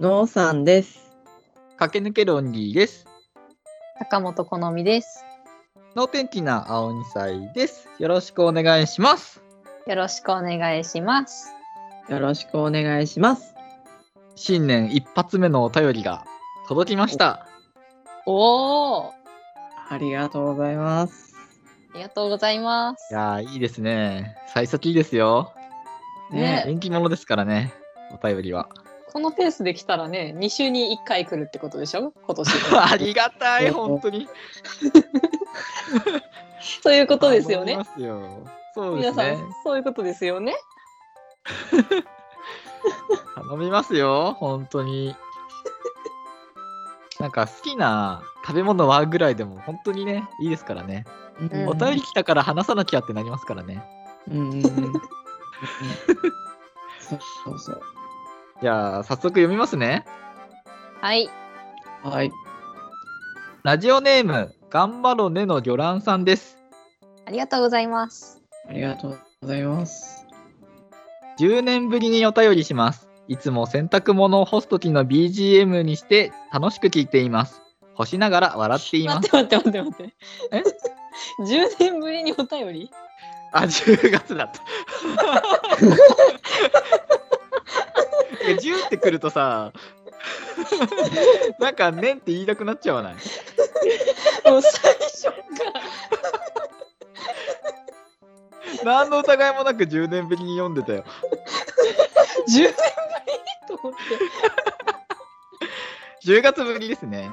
のうさんです。駆け抜けるオンリーです。坂本好みです。能天気な青二歳です。よろしくお願いします。よろしくお願いします。よろしくお願いします。新年一発目のお便りが届きました。おお、あありがとうございます。りがとうございまいす。やー、いいですね。幸先いいですよ。ねね、人気者ですからね、お便り は。このペースで来たらね、2週に1回来るってことでしょ今年。 ありがたい、本当に。そういうことですよね思い。ますよそうで皆すさねん。、そういうことですよね。頼みますよ、本当に。 なんか好きな食べ物はぐらいでも本当にね、いいですからね。うんお便り来たから話さなきゃってなりますからね。り。うんうんうん。ねそうそうそう。じゃあ、早速読みますね。はい。はい。ラジオネーム、頑張ろねの魚卵さんです。ありがとうございます。ありがとうございます。 10年ぶりにお便りします。いつも洗濯物を干す時の BGM にして楽しく聞いています。干しながら笑っていま待っす。て待って待って待って。え ?10 年ぶりにお便りあ、10月だった。え10ってくるとさ、なんか年って言いたくなっちゃわないもう最初から。何の疑いもなく10年ぶりに読んでたよ。 10年ぶりにと思って。 10月ぶりですね。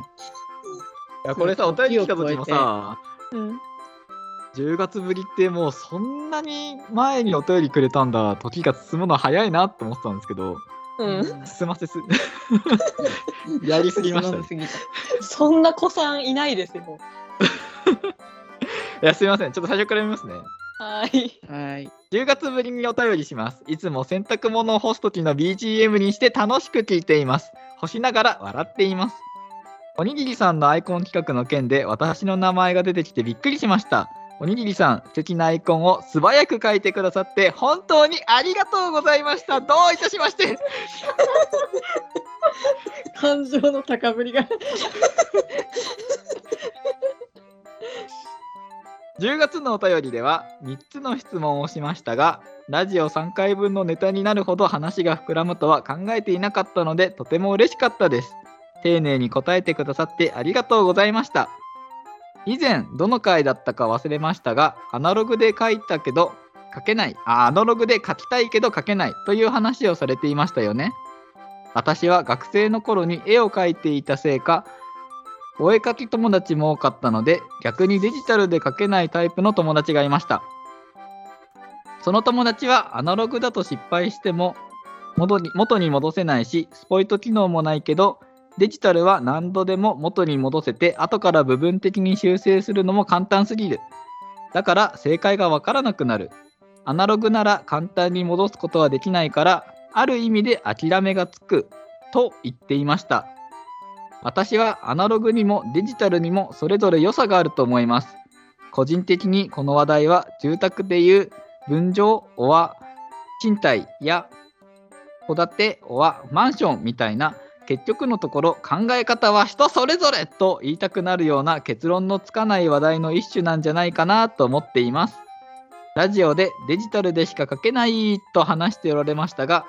いやこれさ、お便り来た時も時をさ、うん。 10月ぶりってもうそんなに前にお便りくれたんだ、時が進むの早いなって思ってたんですけど、うん。進ませす、 やりすぎましたねすぎた。そんな子さんいないですよ。いや、すみません、ちょっと最初から読みますね。はい。はい。 10月ぶりにお便りします。いつも洗濯物を干す時の BGM にして楽しく聞いています。干しながら笑っています。おにぎりさんのアイコン企画の件で私の名前が出てきてびっくりしました。おにぎりさん、素敵なアイコンを素早く書いてくださって本当にありがとうございました。どういたしまして。感情の高ぶりが。 10月のお便りでは3つの質問をしましたがラジオ3回分のネタになるほど話が膨らむとは考えていなかったのでとても嬉しかったです丁寧に答えてくださってありがとうございました以前どの回だったか忘れましたがアナログで書いたけど書けないあアナログで書きたいけど書けないという話をされていましたよね私は学生の頃に絵を描いていたせいかお絵かき友達も多かったので逆にデジタルで描けないタイプの友達がいましたその友達はアナログだと失敗しても元に元に戻せないしスポイト機能もないけどデジタルは何度でも元に戻せて後から部分的に修正するのも簡単すぎるだから正解がわからなくなるアナログなら簡単に戻すことはできないからある意味で諦めがつくと言っていました私はアナログにもデジタルにもそれぞれ良さがあると思います。個人的にこの話題は住宅でいう分譲おは賃貸や戸建ておはマンションみたいな結局のところ考え方は人それぞれと言いたくなるような結論のつかない話題の一種なんじゃないかなと思っています。ラジオでデジタルでしか書けないと話しておられましたが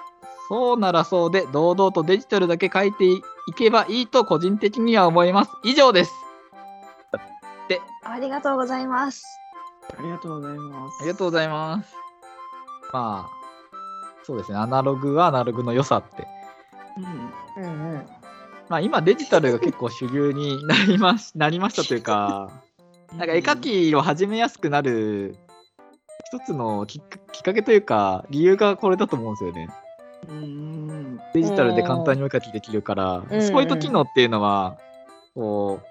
そうならそうで堂々とデジタルだけ書いていけばいいと個人的には思います。以上です。ありがとうございます。ありがとうございます。ありがとうございます。まあ、そうですね。アナログはアナログの良さって。うん。うんうん。まあ今デジタルが結構主流になりましなりましたというか、なんか絵描きを始めやすくなる一つのきっかきっかけというか、理由がこれだと思うんですよね。うんうんデジタルで簡単にお絵かきできるから、うんスポイト機能っていうのは、こう、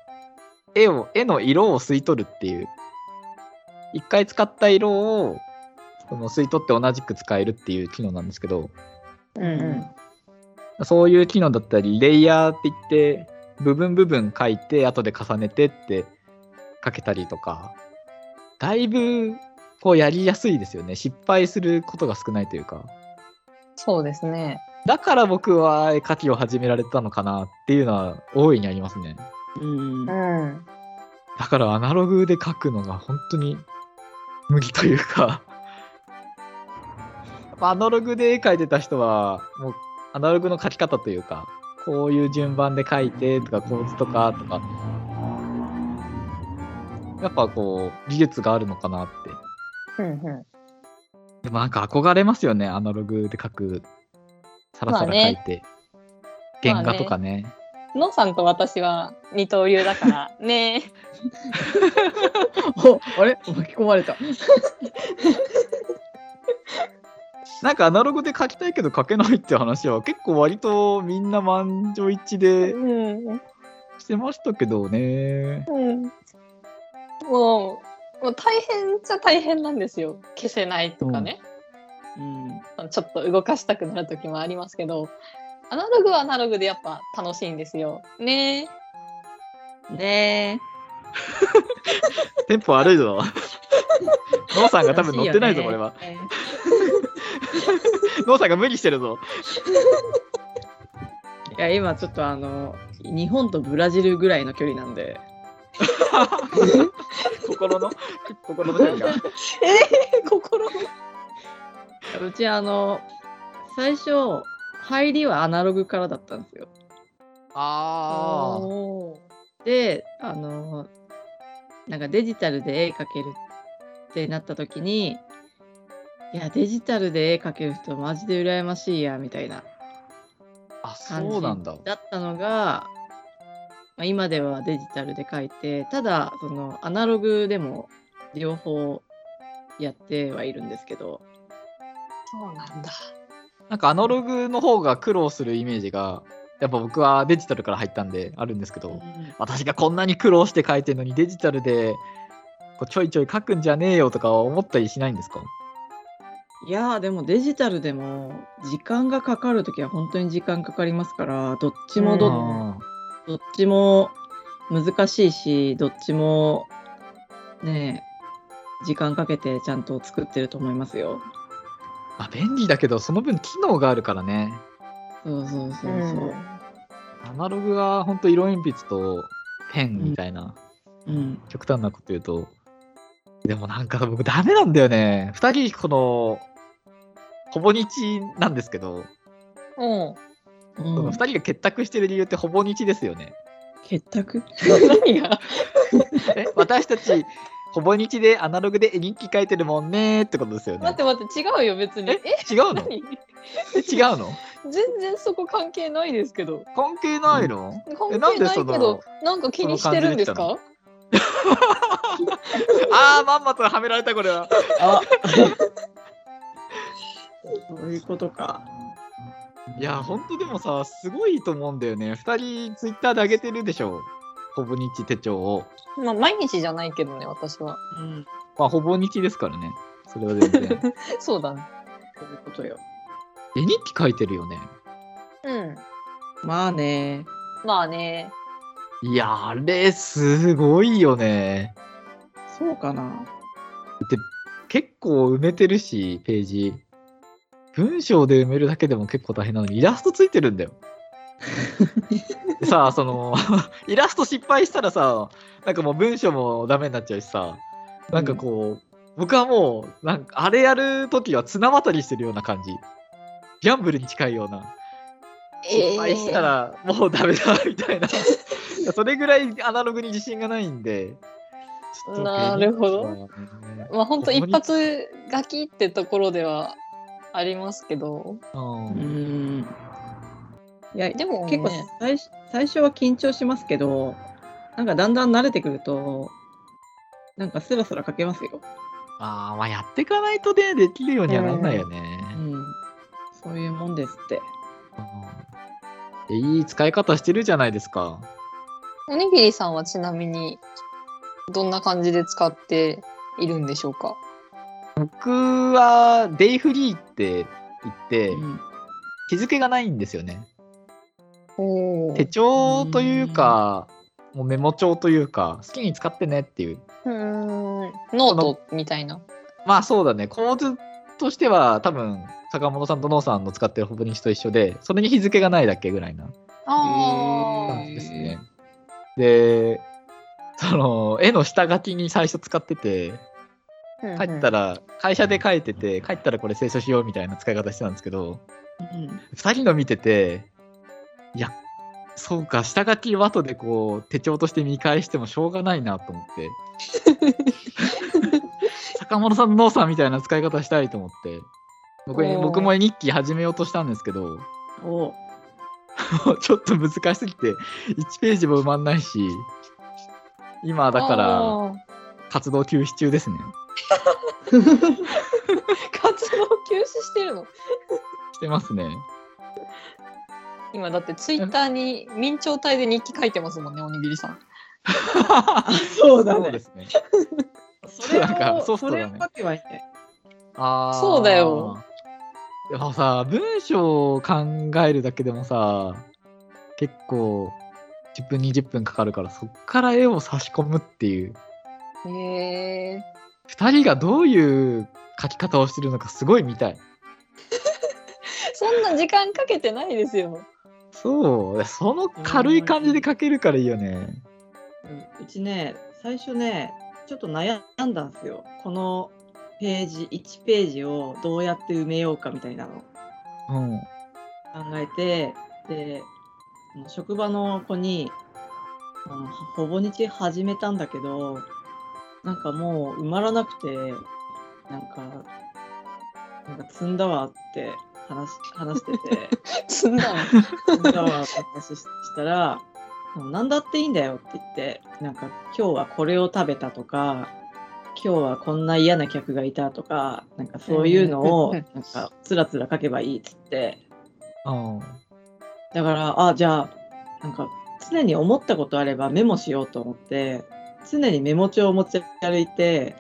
絵を、絵の色を吸い取るっていう。一回使った色を、その吸い取って同じく使えるっていう機能なんですけど、うんうんうん。そういう機能だったり、レイヤーって言って、部分部分書いて、後で重ねてって書けたりとか、だいぶ、こうやりやすいですよね。失敗することが少ないというか。そうですね。だから僕は絵描きを始められたのかなっていうのは大いにありますね。うんう。ん。だからアナログで描くのが本当に無理というかまあアナログで絵描いてた人はもうアナログの描き方というかこういう順番で描いてとか構図とかとかやっぱこう技術があるのかなってうんうん。でもなんか憧れますよねアナログで描くさらさら描いて、まあね原画とかねのさんと私は二刀流だ から。ねおあれ巻き込まれた。なんかアナログで描きたいけど描けないっていう話は結構割とみんな満場一致でうん。してましたけどね。うん。もう、もう大変じゃ大変なんですよ。消せないとかね。うん。ちょっと動かしたくなる時もありますけど、アナログはアナログでやっぱ楽しいんですよ。ねえ。ねテンポ悪いぞ。ノーさんが多分乗ってないぞ、これは。。ノーさんが無理してるぞ。いや、今ちょっとあの、日本とブラジルぐらいの距離なんで。心の、心の距離が。心の。うちあの、最初、入りはアナログからだったんですよ。あーおで、あの、なんかデジタルで絵描けるってなった時に、いや、デジタルで絵描ける人マジで羨ましいや、みたいな。あ、感じそうなんだ。だったのが、まあ、今ではデジタルで書いてただそのアナログでも両方やってはいるんですけどそうなんだ。なんかアナログの方が苦労するイメージが、やっぱ僕はデジタルから入ったんであるんですけど、私がこんなに苦労して書いてるのにデジタルでこうちょいちょい書くんじゃねえよとか思ったりしないんですかいやーでもデジタルでも時間がかかる時は本当に時間かかりますからどっちもど,、うんあどっちも難しいしどっちもねえ時間かけてちゃんと作ってると思いますよ。ーあ便利だけどその分機能があるからねそうそうそうそう。アナログは本当色鉛筆とペンみたいな、うん極端なこと言うとでもなんか僕ダメなんだよね2人このほぼ日なんですけど、うん。うんその2人が結託してる理由ってほぼ日ですよね結託 何がえ私たちほぼ日でアナログで絵日記書いてるもんねーってことですよね待って待って、違うよ、別に。ええ違うの何え違うの全然そこ関係ないですけど。関係ないの、関え係ななんいでけそのど、なんか気にしてるんですそのかああまんまとはめられたこれはあそういうことか。いやほんとでもさすごいと思うんだよね2人ツイッターで上げてるでしょほぼ日手帳をまあ、毎日じゃないけどね、私は。うん、まあほぼ日ですからねそれは全 然そうだね。そういうことよ。絵日記書いてるよねうん。まあね。まあね。いやあれすごいよねそうかな。結構埋めてるしページ文章で埋めるだけでも結構大変なのにイラストついてるんだよでさあその イラスト失敗したらさなんかもう文章もダメになっちゃうしさなんかこう、僕はもうなんかあれやる時は綱渡りしてるような感じギャンブルに近いような失敗したらもうダメだみたいな、それぐらいアナログに自信がないんでちょっとなるほどそうねまあ本当一発書きってところではありますけど。うんうん。いや、でも、ね、結構最初最初は緊張しますけど、なんかだんだん慣れてくると、なんかスラスラ書けますよ。あーまあやっていかないとねできるようにはなんないよね、うん。そういうもんですって。うんいい使い方してるじゃないですかおにぎりさんはちなみにどんな感じで使っているんでしょうか僕はデイフリーって言ってうん日付がないんですよねお手帳というかもうメモ帳というか好きに使ってねっていううんノートみたいな。まあそうだね構図としては多分坂本さんとノーさんの使ってるホブリンシと一緒でそれに日付がないだけぐらいなあ感ーじですね。でその絵の下書きに最初使ってて帰ったら。ら会社で書いてて帰ったらこれ清書しようみたいな使い方してたんですけどうん2人の見てていやそうか下書きは後でこう手帳として見返してもしょうがないなと思って 坂本さんのノーさんみたいな使い方したいと思って僕おー僕も絵日記始めようとしたんですけど おちょっと難しすぎて1ページも埋まんないし今だからあー活動休止中ですね活動休止してるの。してますね今だってツイッターに明朝体で日記書いてますもんね、おにぎりさん。そうだそうでね。すねそれなんかをソフそトだねれを書けばいいね。あーそうだよ。でもさ、文章を考えるだけでもさ、結構10分、20分かかるから、そっから絵を差し込むっていう、へえ。 2人がどういう書き方をしてるのか、すごい見たい。そんな時間かけてないですよ。そう、その軽い感じで書けるからいいよね。うんうちね、最初ね、ちょっと悩んだんですよ。このページ、1ページをどうやって埋めようかみたいなのをうん。考えて、で、あの職場の子に、あのほぼ日始めたんだけど、なんかもう埋まらなくて、なんか、なんか積んだわって話し話してて。そんなの。歌を私したら「何だっていいんだよ」って言ってなんか「今日はこれを食べた」とか「今日はこんな嫌な客がいた」とかなんか そういうのを うんなんかつらつら書けばいいっつってうんだからあじゃあなんか常に思ったことあればメモしようと思って常にメモ帳を持ち歩いて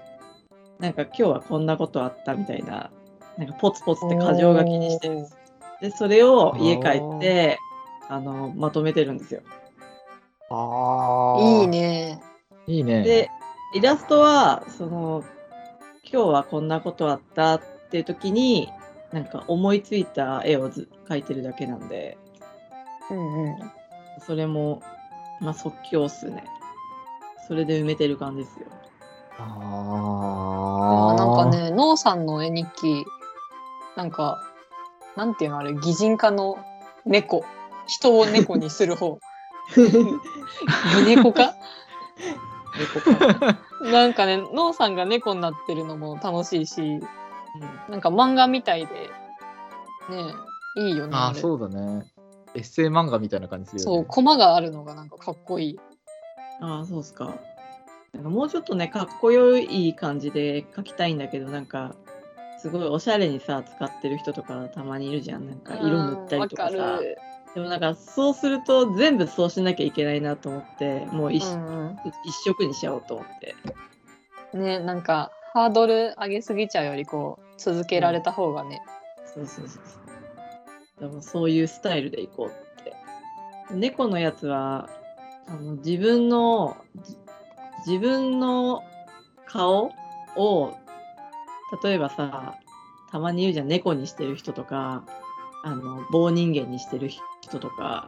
なんか今日はこんなことあったみたいななんかポツポツって箇条書きにしてるんですでそれを家帰ってあのまとめてるんですよ。あいい。ね。いいね。でイラストはその今日はこんなことあったっていう時になんか思いついた絵をず描いてるだけなんでうんうん。それも、まあ、即興っすねそれで埋めてる感じですよあああ。なんか。ね、ノーさんの絵日記、なんか、なんていうのあれ、擬人化の猫。人を猫にする 方。 擬猫化猫か、なんかね、ノーさんが猫になってるのも楽しいし、うんなんか漫画みたいで、ねえ、いいよね。ああーれそうだね。エッセイ漫画みたいな感じするよね。そう、コマがあるのがなんかかっこいい。ああそうっすかなんかもうちょっとねかっこよい感じで描きたいんだけどなんかすごいおしゃれにさ使ってる人とかたまにいるじゃんなんか色塗ったりとかうんわさかる。でもなんかそうすると全部そうしなきゃいけないなと思ってもう一,、うん一色にしちゃおうと思ってうん、ねなんか、ハードル上げすぎちゃうより、こう、続けられた方がね。そうそうそうそうでもそういうスタイルでいこうって猫のやつはあの自分のじ自分の顔を例えばさたまに言うじゃん猫にしてる人とかあの棒人間にしてる人とか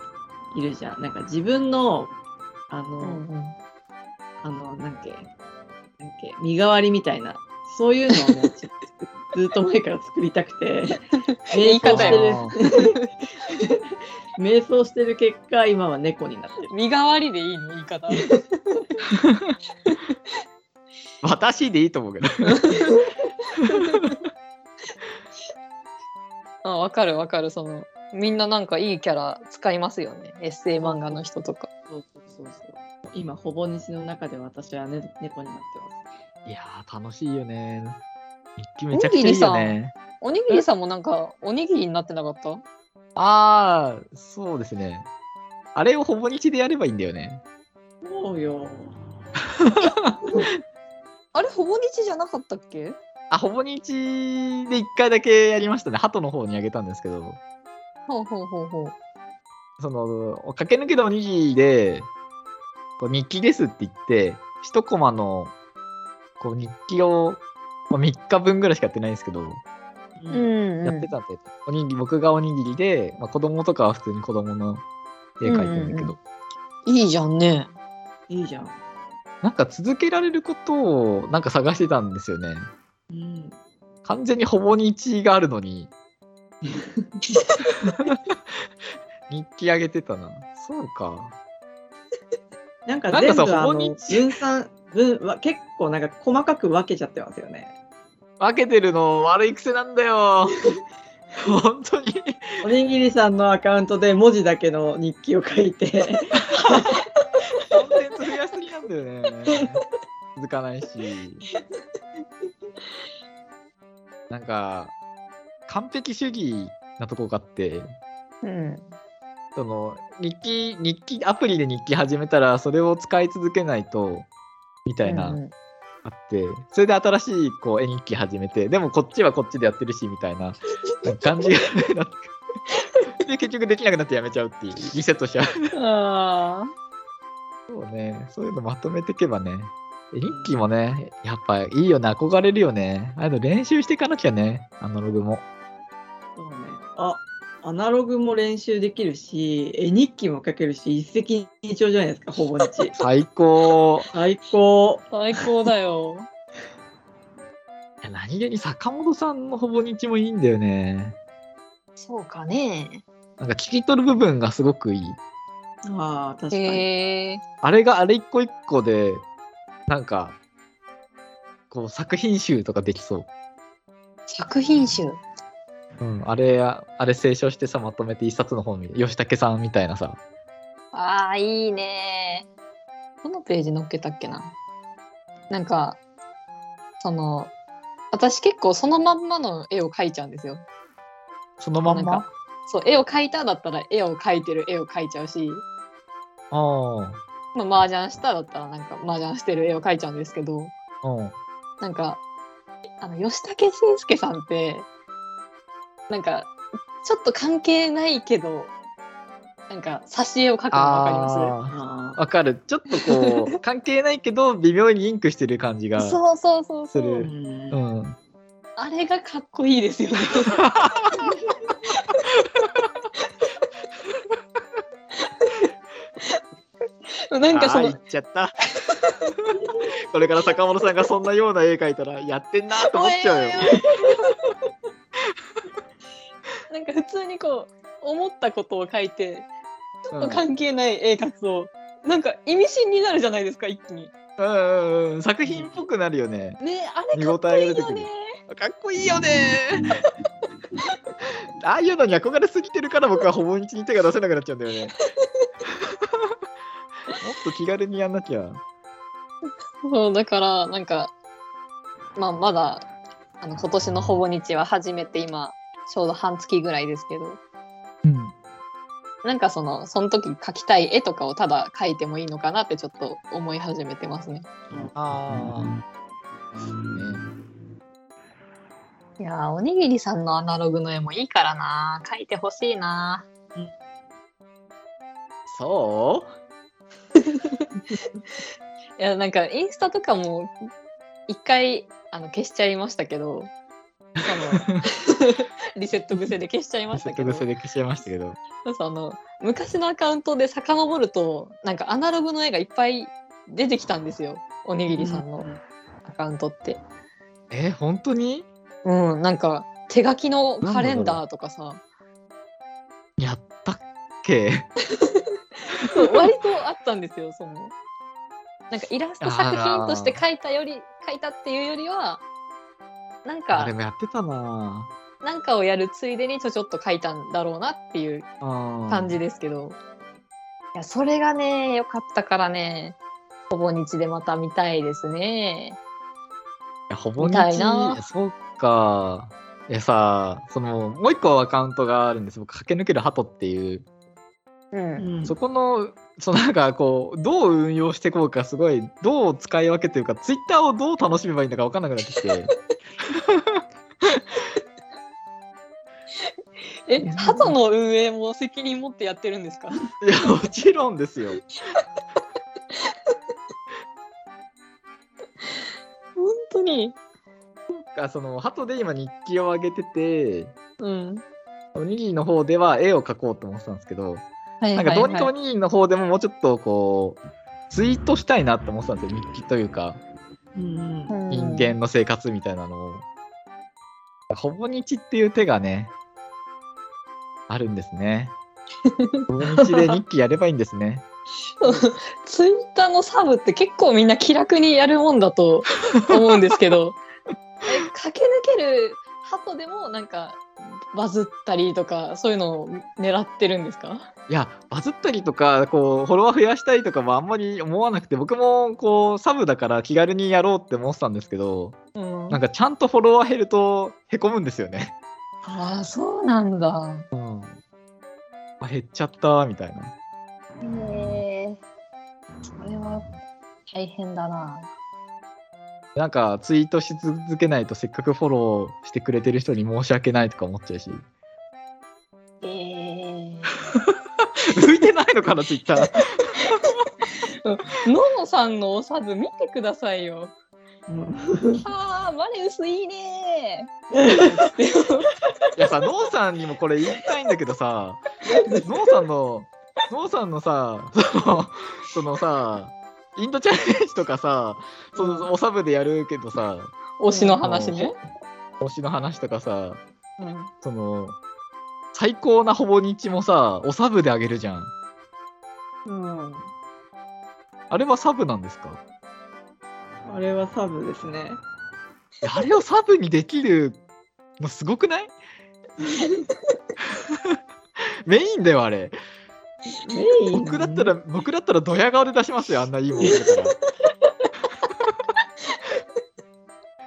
いるじゃんなんか自分のあの、うんうんあの、なんけ、なんけ、身代わりみたいな、そういうのをね、ちょっとずっと前から作りたくて、言い瞑想方しやてねる、瞑想してる結果、今は猫になってる。身代わりでいいの言い方。 私でいいと思うけど。あわかるわかるそのみんななんかいいキャラ使いますよねエッセイ漫画の人とかそうそうそうそう。今、ほぼ日の中で私は、ね、猫になっていやー、楽しいよね。日記めちゃくちゃいいよおにね。おにぎりさんもなんかおにぎりになってなかったあー、そうですね。あれをほぼ日でやればいいんだよね。ます。そうよ。あれほぼ日じゃなかったっけあ、ほぼ日で1回だけやりましたね。鳩の方にあげたんですけど、ほうほうほうほうその、駆け抜けたおにぎりで、こう日記ですって言って、一コマのこう日記を、まあ、3日分ぐらいしかやってないんですけど、うんうん。やってたんで、おにぎり僕がおにぎりで、まあ、子供とかは普通に子供の絵描いてるんだけど、うんうんういいじゃんね。いいじゃん。なんか続けられることをなんか探してたんですよね。うん。完全にほぼ日があるのに日記あげてたな。そうか。なんかなんか全部さあのほぼ日分散分わ結構なんか細かく分けちゃってますよね。分けてるの悪い癖なんだよ。本当に。おにぎりさんのアカウントで文字だけの日記を書いてコンテンツ増やしすぎなんだよね。続かないし。なんか、完璧主義なとこがあって、うん。その日記、日記、アプリで日記始めたら、それを使い続けないと、みたいな、うんあって、それで新しいこう絵日記始めて、でもこっちはこっちでやってるし、みたいななんか感じがなんかで、結局できなくなってやめちゃうっていう、リセットしちゃう。うん。 ああ。そうね、そういうのまとめていけばね。え日記もね、やっぱいいよね、憧れるよね。ああいうの練習していかなきゃね、アナログも。そうねあアナログも練習できるし絵日記も書けるし一石二鳥じゃないですかほぼ 日最高。最高最高だよ。いや何気に坂本さんのほぼ日もいいんだよね。そうかね。なんか聞き取る部分がすごくいい。ああ確かに、へえ。あれがあれ一個一個で、なんか、こう作品集とかできそう。作品集。うん、あれ、あれ清書してさ、まとめて一冊の本見て、吉武さんみたいなさ、ああ、いいね。どのページ載っけたっけな。なんか、その、私結構そのまんまの絵を描いちゃうんですよ。そのまんなんまかそう、絵を描いただったら絵を描いてる絵を描いちゃうし、あまあ、麻雀しただったらなんか麻雀してる絵を描いちゃうんですけど、あ、うん。なんか、あの、吉武慎介さんって、なんか、ちょっと関係ないけど、なんか、挿絵を描くのわかりますああーわかる。ちょっとこう、関係ないけど、微妙にリンクしてる感じが。そうそうそうそすーるう。うんう。ん。あれがかっこいいですよ ね。なんかそあーの言っちゃった。 これから坂本さんがそんなような絵描いたら、やってんなと思っちゃうよ。おいおいおい なんか普通にこう思ったことを書いてちょっと関係ない絵描くと、なんか意味深になるじゃないですか一気に。うんうんうん。作品っぽくなるよね。ねあれ見か応えっこがい出いてくよるね。かっこいいよね。 ああいうのに憧れすぎてるから僕はほぼ日に手が出せなくなっちゃうん だよね。もっと気軽にやんなきゃ。そうだからなんかまあまだあの今年のほぼ日は初めて今ちょうど半月ぐらいですけどうん。なんかそのその時描きたい絵とかをただ描いてもいいのかなってちょっと思い始めてますね。ああ。いやーおにぎりさんのアナログの絵もいいからなー描いてほしいなそーいやなんかインスタとかも一回あの消しちゃいましたけ どその リセット癖で消しちゃいうましたけど説得で消しちゃいましたけど。そうそうあの昔のアカウントで遡るとなんかアナログの絵がいっぱい出てきたんですよおにぎりさんのアカウントって。え、本当にうん、なんか手書きのカレンダーとかさやったっけそう割とあったんですよそのなんかイラスト作品として描いたより描いたっていうよりはなんあかれもやってたななんかをやるついでにちょちょっと描いたんだろうなっていう感感じですけど、いやそれがね良かったからねほぼ日でまた見たいですね。いやほぼみ日たいなそうか。いやさ、その、もう一個アカウントがあるんです。僕、駆け抜ける鳩っていう。う、うんんそこの、そのなんかこう、どう運用していこうか、すごい、どう使い分けてるか、ツイッターをどう楽しめばいいのか分かんなくなって きて。え鳩の運営も責任持ってやってるんですかいや、もちろんですよ。本当にあその鳩で今日記を上げててうん。おにぎりの方では絵を描こうと思ってたんですけど、はいなんかどうにかおにぎりの方でももうちょっとこうツイートしたいなって思ってたんですよ日記というかうんうん人間の生活みたいなのを、ほぼ日っていう手がねあるんですねほぼ日で日記やればいいんですねツイッターのサブって結構みんな気楽にやるもんだと思うんですけ どえ駆け抜ける鳩でもなんかバズったりとかそういうのを狙ってるんですかいやバズったりとかこうフォロワー増やしたいとかもあんまり思わなくて僕もこうサブだから気軽にやろうって思ってたんですけどうんなんかちゃんとフォロワー減るとへこむんですよね、 ああそうなんだうん、あ減っちゃったみたいなへえそれは大変だななんかツイートし続けないとせっかくフォローしてくれてる人に申し訳ないとか思っちゃうしえ向いてないのかなツイッターののさんのおサブ見てくださいよはあマレウスいいねーいやさノーさんにもこれ言いたいんだけどさノーさんのノーさんのさそのそのさインドチャレンジとかさそのおサブでやるけどさ推しの話ね、推しの話とかさうんその最高なほぼ日もさおサブであげるじゃんうんあれはサブなんですかあれはサブですね。いやあれをサブにできるのすごくない メインだよあれメイン僕だったら僕だったらドヤ顔で出しますよあんないいもんだか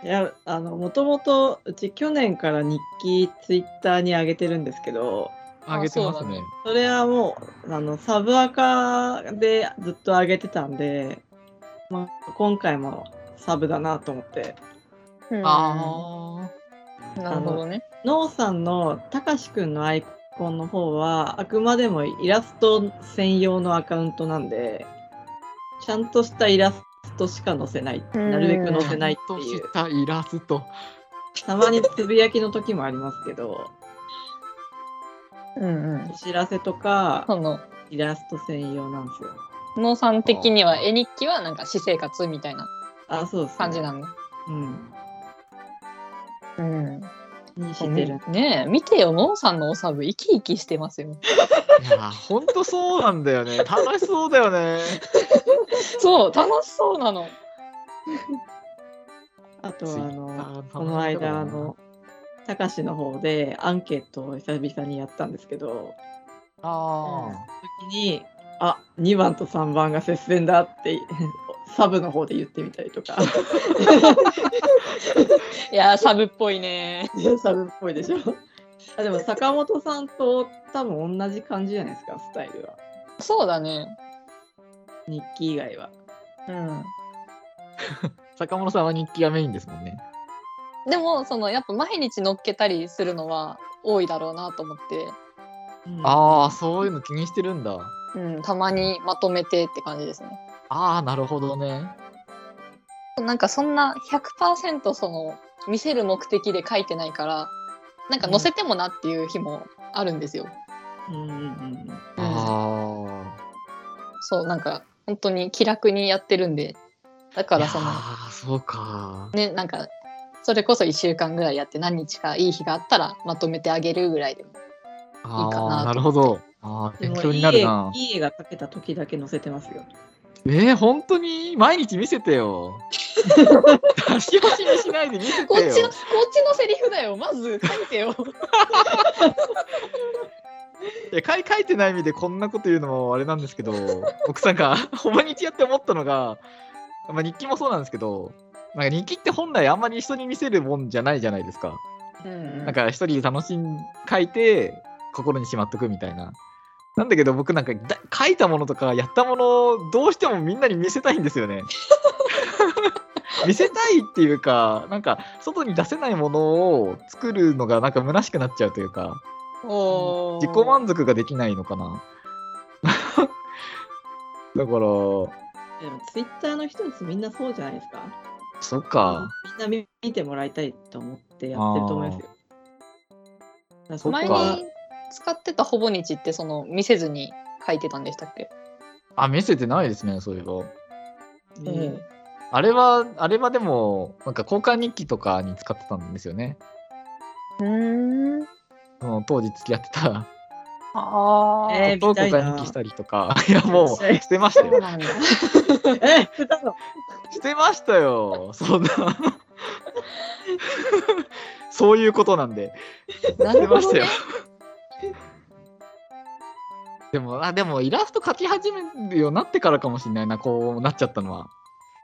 らいやあのもともとうち去年から日記ツイッターに上げてるんですけどあげてますね。それはもうあのサブアカでずっと上げてたんで、まあ、今回もサブだなと思ってああなるほどねノーさんのたかしくんのアイコンの方はあくまでもイラスト専用のアカウントなんでちゃんとしたイラストしか載せないうんなるべく載あ。せないっていうたイラスト。たまにつぶやきの時もありますけどうんうんお知らせとかそのイラスト専用なんですよ。農さん的には絵日記はなんか私生活みたいなあ、そうです、ね。感じなのうん。うんにしてる。ねえ見てよ農さんのおサブ生き生きしてますよいやー、ほんとそうなんだよ ね。楽しそうだよね。そう楽しそうなのあとは、あの、Twitter 楽しいとここだなの間、あの、たかしの方でアンケートを久々にやったんですけど、あ時に、あ、2番と3番が接戦だって、 サブの方で言ってみたりと か、いやーサブっぽいねサブっぽいでしょ。あでも、坂本さんと多分同じ感じじゃないですか、スタイルは。そうだね日記以外は。うん坂本さんは日記がメインですもんね。でもそのやっぱ毎日乗っけたりするのは多いだろうなと思って、うんああ、そういうの気にしてるんだ。うん、たまにまとめてって感じですねああ、なるほどね。なんかそんな100%その見せる目的で書いてないからなんか載せてもなっていう日もあるんですよ。うんうんうんああ。そうなんか本当に気楽にやってるんでだからそのああ、そうか。ねなんかそれこそ1週間ぐらいやって何日かいい日があったらまとめてあげるぐらいでもあいいかあなー、なるほど。ああ、で勉も強になるな。いい絵いい絵が描けた時だけ載せてますよ。えー、本当に毎日見せて よ。出し惜しみしないで見せてよ。こっちのこっちのセリフだよまず書いてよいや書い書いてない意味でこんなこと言うのもあれなんですけど僕さんがほぼ日やって思ったのが、まあ、日記もそうなんですけどなんか日記って本来あんまり人に見せるもんじゃないじゃないですか。うんなんか一人楽しん書いて心にしまっとくみたいな。なんだけど僕なんかだ書いたものとかやったものをどうしてもみんなに見せたいんですよね。見せたいっていうかなんか外に出せないものを作るのがなんか虚しくなっちゃうというか お自己満足ができないのかな。 でだからもツイッターの人たちみんなそうじゃないですか。そっか。みんな見見てもらいたいと思ってやってると思いますよ。だからそこ前はに使ってたほぼ日ってその見せずに書いてたんでしたっけ、あ、見せてないですね、そういえば。ええあれは、あれはでも、なんか交換日記とかに使ってたんですよね。うんその当時付き合ってた、ああ、えー どう見た交いな換日記したりとか、いや、もう、そう捨てましたそうよ。なんだ。え捨てたの捨てましたよ、そんな。 そういうことなんで。 な捨てるまほしどたねよ。。でも、あ、でもイラスト描き始めるようになってからかもしれないな、こうなっちゃったのは。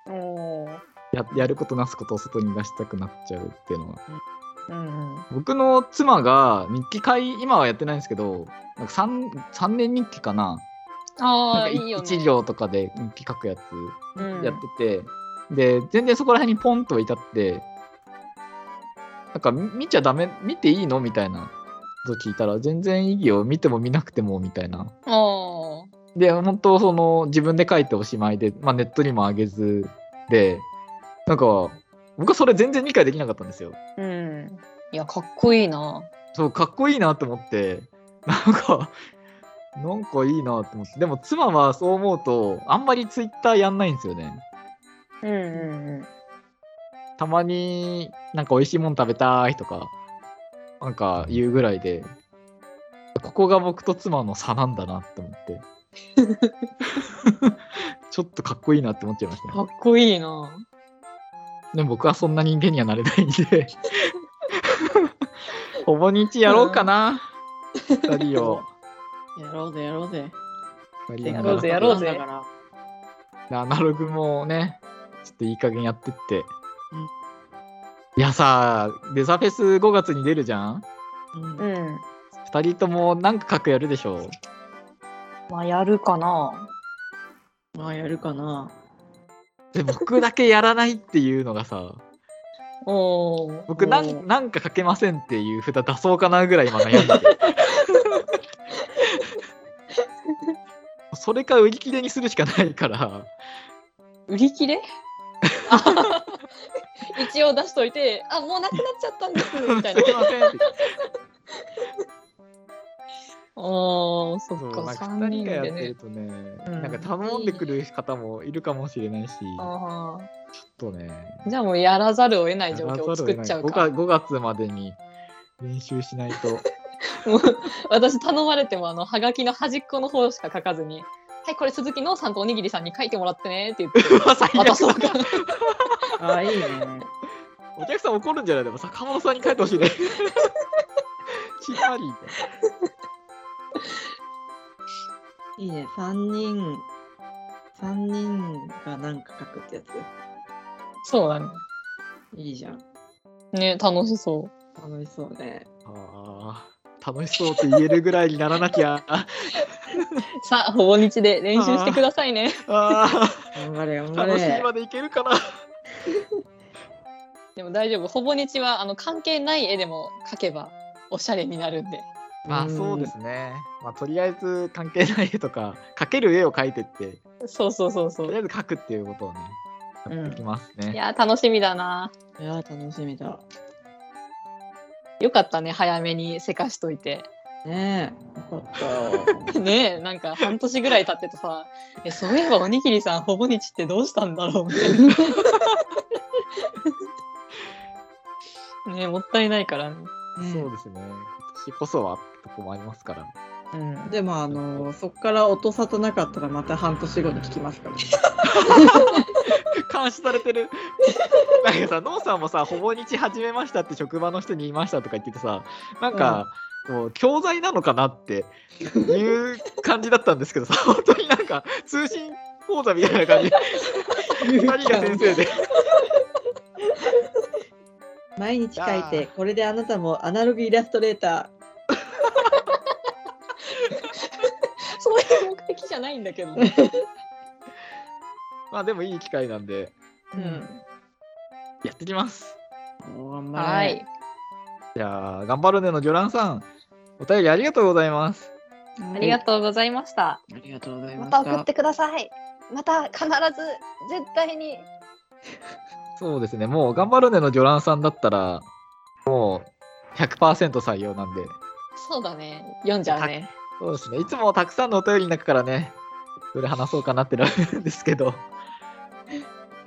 おーややることなすことを外に出したくなっちゃうっていうのは。うんうん僕の妻が日記会今はやってないんですけどなんか 3, 三年日記かなあなあ、んいかいよね。 1行とかで日記書くやつうんやってて、で全然そこら辺にポンと至ってなんか見見ちゃダメ見ていいのみたいなこと聞いたら全然意義を見ても見なくてもみたいなあで本当その自分で書いておしまいで、まあ、ネットにも上げずでなんか僕はそれ全然理解できなかったんですよあ、うん。いや、かっこいいな。そう、かっこいいなと思って、なんか、なんかいいなと思って、でも妻はそう思うと、あんまりツイッターやんないんですよね。うんうんうん。たまになんか美味しいもん食べたいとか、なんか言うぐらいで、ここが僕と妻の差なんだなって思って。ちょっとかっこいいなって思っちゃいましたね。かっこいいな。でも僕はそんな人間にはなれないんで。ほぼ日やろうかな、二人を。やろうぜやろうぜ。二人せっかを やくろうぜやろうぜだからでアナログもね、ちょっといい加減やってっうて。んいやさ、デザフェス5月に出るじゃんうんううんん。 ?2 人ともなんか書くやるでしょまあ、やるかな。まあやるかな。で、僕だけやらないっていうのがさ、おお。僕なおーんなんか書けませんっていう札出そうかなぐらい今悩んでて。それか売り切れにするしかないから、売り切れ 一応出しといて、あ、もうなくなっちゃったんです、みたいす な。いませんって。おお、そそうっなんか、か三2人人がやでってるね。とね、うんなんか頼んでくる方もいるかもしれないし、あちょっとね、あ。じゃあもうやらざるを得ないや状らざ況るをを作得っないちゃう5 か。月 ,5 月までに練習しない と、もう私頼まれてもあのハガキの端っこの方しか書かずに「はいこれ鈴木のさんとおにぎりさんに書いてもらってね」 って言って最悪渡そうか ああいいね。お客さん怒るんじゃないでも坂本さんに書いてほ しいね。しっかりみたいいいね三人三人がなんか書くってやそうだねついいじゃん。ね楽しそう楽しそうね。なあー楽しそうって言えるぐらいにならなき ゃ。あさあほぼ日で練習してくださ いねあ頑張れ頑ー、張楽しいれ。までいけるかな。でも大丈夫ほぼ日はあの関係ない絵でも描けばおしゃれになるんでまあそうですね。まあとりあえず関係ない絵とか、 描ける絵を描いてって、そうそうそうそとりあうえず描くっていうことをね、やってきますね。いやー楽しみだないやー楽しみだ。よかったね早めにせかしといてねえよかった。 ねえなんか半年ぐらい経っててさえそういえばおにぎりさんほぼ日ってどうしたんだろうみたいな ねえもったいないからね、そうですね。今年こそはってとこもありますから。うん、でもあのそこから音沙汰なかったらまた半年後に聞きますから、ね。監視されてる。なんかさ、ノーさんもさ、ほぼ日始めましたって職場の人に言いましたとか言っててさ、なんか、もう教材なのかなっていう感じだったんですけどさ、本当になんか通信講座みたいな感じ、二人が先生で。 毎日書いてこれであなたもアナログイラストレータそういう目的じゃないんだけど、ね、まあでもいい機会なんで、ー。やってきます。うん。頑張れはい。じゃあ、頑張るねの魚卵さん、お便りありがとうございます。はい。ありがとうございましたありがとうございまましたた。送ってください。また必ず絶対にそうですね、もう頑張るねの魚卵さんだったら、もう100%採用なんで、そうだね。読んじゃうね。そうですね、いつもたくさんのお便りの中からね、それ話そうかなってなるんですけど、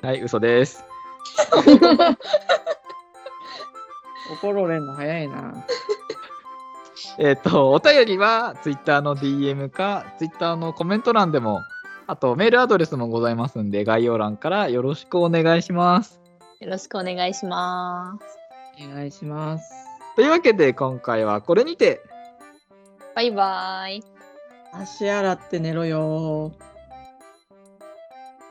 はい、嘘です。怒られんの早いな。えっ、と、お便りは Twitter の DM か Twitter のコメント欄でも、あとメールアドレスもございますんで、概要欄からよろしくお願いします。よろしくお願いします。お願いします。というわけで、今回はこれにて、バイバイ。足洗って寝ろよー。